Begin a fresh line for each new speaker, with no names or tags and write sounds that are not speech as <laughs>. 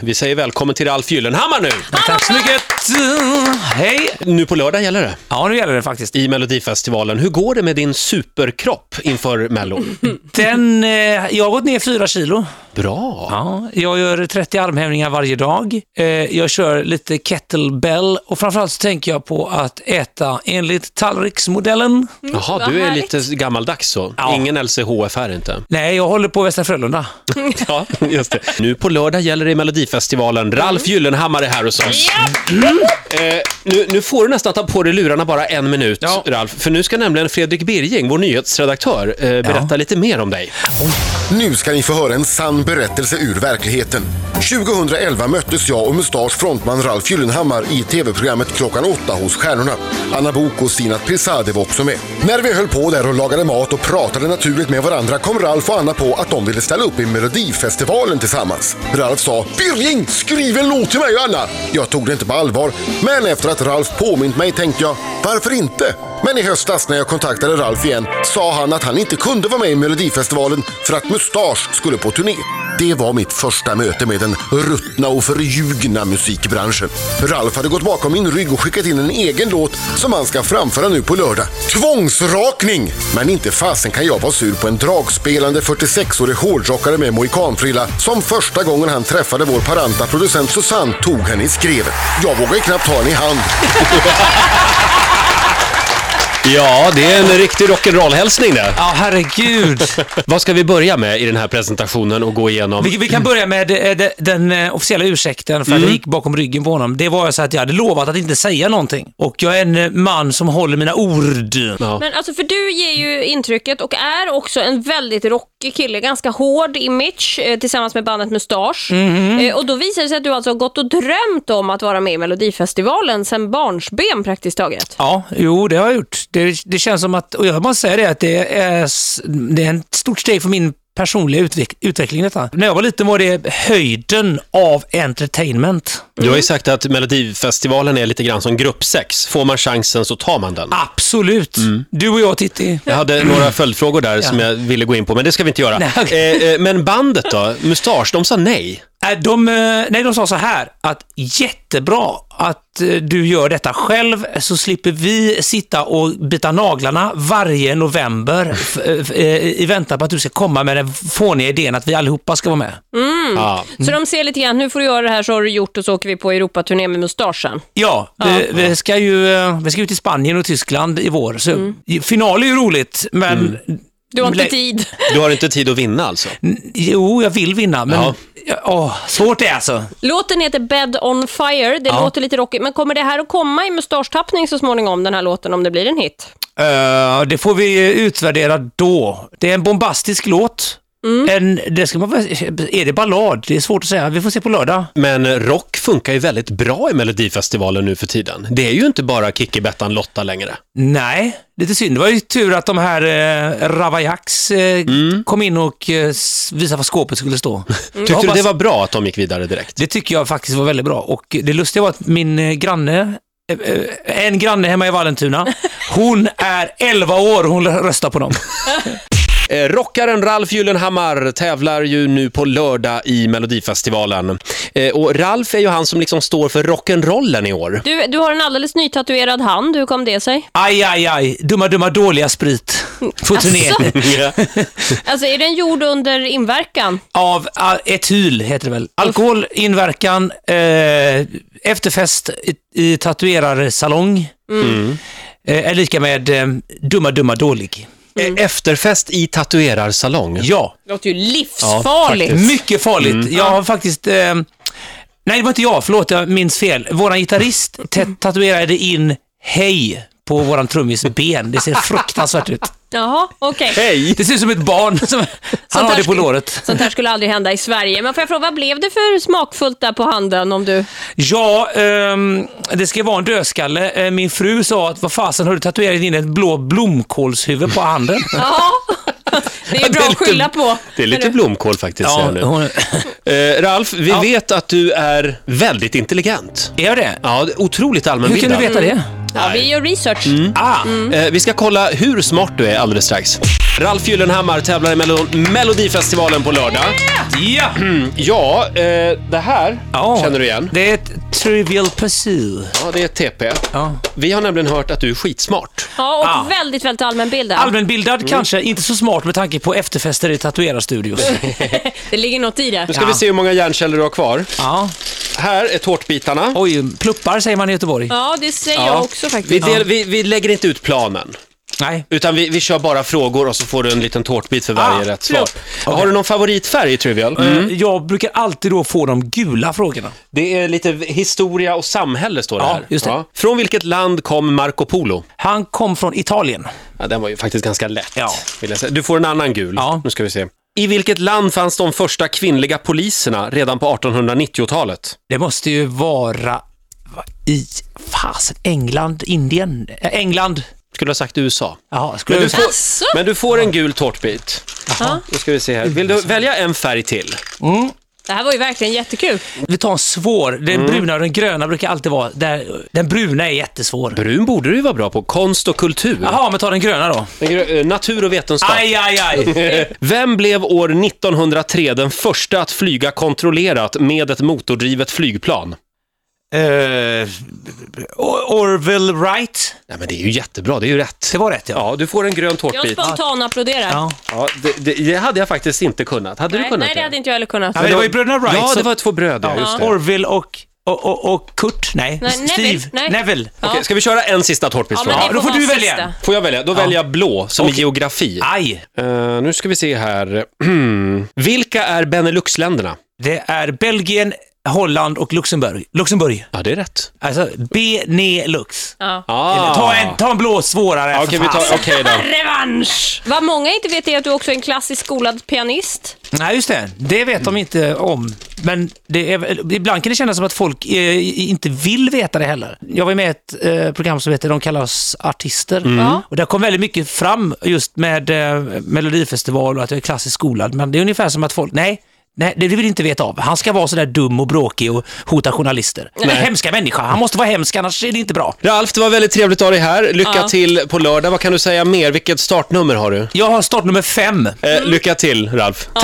Vi säger välkommen till Alf Gyllenhammar nu.
Tack så mycket! Hej!
Nu på lördag gäller det.
Ja, nu gäller det faktiskt.
I Melodifestivalen. Hur går det med din superkropp inför Mello?
Den, eh, jag har gått ner fyra kilo.
Bra.
Ja, jag gör 30 armhävningar varje dag. Eh, jag kör lite kettlebell och framförallt så tänker jag på att äta enligt tallriksmodellen.
Jaha,
vad
du är
härligt.
lite gammaldags så.
Ja.
Ingen LCHF här inte.
Nej, jag håller på Västra Frölunda.
<laughs> Ja, just det. Mm. Nu på lördag gäller det i Melodifestivalen. Ralf Gyllenhammar är här hos oss. Eh, nu, nu får du nästan ta på dig lurarna bara en minut,
Ja.
Ralf. För nu ska nämligen Fredrik Birging, vår nyhetsredaktör, eh, berätta lite mer om dig.
Nu ska ni få höra en sann berättelse ur verkligheten. 2011 möttes jag och Mustaschs frontman Ralf Gyllenhammar i tv-programmet Klockan åtta hos Stjärnorna. Anna Bok och Stina Prisadev var också med. När vi höll på där och lagade mat och pratade naturligt med varandra kom Ralf och Anna på att de ville ställa upp i Melodifestivalen tillsammans. Ralf sa “Birging, skriv en låt till mig och Anna!” Jag tog det inte på allvar, men efter att Ralf påmint mig tänkte jag “Varför inte?” Men i höstas när jag kontaktade Ralf igen sa han att han inte kunde vara med i Melodifestivalen för att Mustasch skulle på turné. Det var mitt första möte med den ruttna och förljugna musikbranschen. Ralf hade gått bakom min rygg och skickat in en egen låt som han ska framföra nu på lördag. Tvångsrakning! Men inte fasen kan jag vara sur på en dragspelande 46-årig hårdrockare med mohikanfrilla som första gången han träffade vår paranta producent Susanne tog henne i skrevet. Jag vågar ju knappt ta henne i hand.
Ja, det är en riktig rock'n'roll-hälsning det.
Ja, herregud!
Vad ska vi börja med i den här presentationen och gå igenom?
<laughs> Vi, vi kan börja med eh, de- den eh, officiella ursäkten för att det gick bakom ryggen på honom. Det var så att jag hade lovat att inte säga någonting. Och jag är en eh, man som håller mina ord.
Ja.
Men alltså för du ger ju intrycket och är också en väldigt rockig kille, ganska hård image eh, tillsammans med bandet Mustasch.
Mhm.
Eh, och då visar det sig att du alltså har gått och drömt om att vara med i Melodifestivalen sedan barnsben praktiskt taget.
Ja, jo det har jag gjort. Det, det känns som att, och jag måste säga det, att det är, s- det är ett stort steg för min personliga utveck, utveckling detta. När jag var liten var det höjden av entertainment.
Du har ju sagt att Melodifestivalen är lite grann som gruppsex. Får man chansen så tar man den.
Absolut. Du och jag Titti.
Jag hade några följdfrågor där som jag ville gå in på, men det ska vi inte göra.
Mm. Nej, okej.
Eh, eh, men bandet då? Mustasch, de sa nej.
Äh, De, eh, nej, de sa så här att jättebra att eh, du gör detta själv så slipper vi sitta och bita naglarna varje november f- f- eh, i väntan på att du ska komma med den fåniga idén att vi allihopa ska vara med. Mm.
Ja.
Så de ser lite grann, nu får du göra det här så har du gjort och så åker vi på Europaturné med Mustaschen.
Ja, vi, vi ska ju eh, vi ska ut till Spanien och Tyskland i vår. Så Final är ju roligt, men
Mm.
Du har inte
Lä-
tid.
Du har inte tid att vinna alltså?
jo, jag vill vinna. Men
Ja.
ja. åh, svårt det är alltså.
Låten heter Bed on Fire, det låter lite rockigt, men kommer det här att komma i mustaschtappning så småningom, den här låten, om det blir en hit?
Eh, det får vi eh, utvärdera då. Det är en bombastisk låt. En, det ska man, väl- är det ballad? Det är svårt att säga. Vi får se på lördag.
Men rock funkar ju väldigt bra i Melodifestivalen nu för tiden. Det är ju inte bara Kikki, Bettan, Lotta längre.
Nej, lite synd. Det var ju tur att de här eh, Ravaillacs eh, kom in och eh, s- visade var skåpet skulle stå. Jag
Mm. <laughs> Tyckte
hoppas-
du det var bra att de gick vidare direkt?
Det tycker jag faktiskt var väldigt bra. Och det lustiga var att min eh, granne, eh, eh, en granne hemma i Vallentuna, hon är 11 år och hon röstar på dem.
Eh, rockaren Ralf Gyllenhammar tävlar ju nu på lördag i Melodifestivalen. Eh, och Ralf är ju han som liksom står för rock'n'rollen i <laughs> år.
Du, du har en alldeles nytatuerad hand, hur kom det sig?
Aj, aj, aj. Dumma, dumma, dåliga sprit på turné.
Asså? Alltså är den gjord under inverkan?
Av a- etyl heter det väl. Alkohol, inverkan, eh, efterfest i, i tatuerarsalong. Eh, är lika med eh, dumma, dumma, dålig. eh,
Eh, Efterfest i tatuerarsalong.
Ja,
Det låter ju
Ja,
livsfarligt.
faktiskt.
Mycket farligt. Jag har faktiskt... Eh, nej, det var inte jag. Förlåt, jag minns fel. Våran gitarrist te- tatuerade in hej på våran trummis ben. Det ser fruktansvärt ut.
Jaha, okej.
Hej!
Det ser ut som ett barn. <laughs> Som, han har det
där
på
skulle-
låret.
Sånt här skulle aldrig hända i Sverige. Men får jag fråga, vad blev det för smakfullt där på handen om du...
Ja, ehm, det ska vara en dödskalle. Eh, Min fru sa att vad fasen har du tatuerat in ett blå blomkålshuvud på <laughs> handen?
Ja, det är bra
<laughs> Det är
att
lite-
skylla på.
Det är lite blomkål faktiskt.
Ja,
säger jag nu.
Alltså, hon,
Eh, Ralf, vi
Ja.
vet att du är väldigt intelligent.
är jag det?
Ja, det är otroligt
Hur kan
allmänbildad.
du veta det? Mm.
Mm.
Ja, vi gör research. Mm.
Ah, eh, vi ska kolla hur smart du är alldeles strax. Ralf Gyllenhammar tävlar i Melo- Melodifestivalen på lördag.
Ja!
Ja, eh, det här
Ja.
känner du igen.
Det är ett Trivial Pursuit.
Ja, det är ett TP.
Ja.
Vi har nämligen hört att du är skitsmart.
Ja, och
Ah.
väldigt, väldigt allmänbildad.
Allmänbildad kanske, inte så smart med tanke på efterfester i tatuerarstudios.
det ligger något i det.
Nu ska vi se hur många hjärnceller du har kvar.
ja.
Här är tårtbitarna.
Oj, pluppar säger man i Göteborg.
Ja, det säger jag också
Vi,
faktiskt.
del, vi, vi lägger inte ut planen,
Nej.
utan vi, vi kör bara frågor och så får du en liten tårtbit för varje
Ah,
rätt svar.
plupp.
Har du någon favoritfärg i Trivial?
Eh, Jag brukar alltid då få de gula frågorna.
Det är lite historia och samhälle står det
Ja,
här.
just det.
Från vilket land kom Marco Polo?
Han kom från Italien.
Ja, den var ju faktiskt ganska lätt.
Ja.
Vill jag säga. Du får en annan gul.
Ja.
Nu ska vi se. I vilket land fanns de första kvinnliga poliserna redan på 1890-talet?
Det måste ju vara vad i fasen, England, Indien, Eh, England.
Skulle ha sagt USA.
Jaha, skulle
Men
jag
du får-
säga.
Asså?
Men du får en gul tårtbit.
Ja.
Nu ska vi se här. Vill du
Mm.
välja en färg till?
Det här var ju verkligen jättekul.
Vi tar en svår. Den bruna och den gröna brukar alltid vara... Där, den bruna är jättesvår.
Brun borde du ju vara bra på. Konst och kultur.
Jaha, men ta den gröna då.
Den grö- eh, Natur och vetenskap.
Aj, aj, aj.
Vem blev år 1903 den första att flyga kontrollerat med ett motordrivet flygplan?
<laughs> Eh, Or- Orville Wright.
Nej, men det är ju jättebra, det är ju rätt.
Det var rätt ja.
Ja, du får en grön
Jag
tårtbit.
spontan applåderar.
ja.
Ja, det, det, det hade jag faktiskt inte kunnat. Hade du
Nej,
kunnat
nej, det hade inte jag heller kunnat.
men det var ju bröderna Wright.
Ja, det
som-
var två bröder. Ja. Just det.
Orville och, och, och, och Kurt. Nej,
Nej,
Steve.
Neville, nej.
Neville.
Ja.
Okej, ska vi köra en sista
Ja,
tårtbitsfråga?
men
Ja,
det
då får
vara
du välja
sista.
en.
Får jag välja? Då väljer jag blå, som i geografi.
Aj.
Eh, nu ska vi se här. <clears throat> Vilka är Beneluxländerna?
Det är Belgien, Holland och Luxemburg. Luxemburg.
Ja, det är rätt.
Alltså, Benelux.
Ja.
Ah.
Ta, en, ta en blå svårare
Ja,
för
Okej, vi
fan.
tar... Okej då.
Revansch! Vad många inte vet är att du också är en klassiskt skolad pianist.
Nej, just det. Det vet de inte om. Men det är, väl- ibland kan det kännas som att folk eh, inte vill veta det heller. Jag var med i ett eh, program som heter De kallar oss artister.
Ja.
Och där kom väldigt mycket fram just med eh, Melodifestival och att jag är klassiskt skolad. Men det är ungefär som att folk, nej, nej, det vill vi inte veta av. Han ska vara sådär dum och bråkig och hota journalister. Nej. Hemska människa. Han måste vara hemsk, annars är det inte bra.
Ralf, det var väldigt trevligt att ha dig här. Lycka
Ja.
till på lördag. Vad kan du säga mer? Vilket startnummer har du?
Jag har startnummer fem.
Eh, lycka till, Ralf.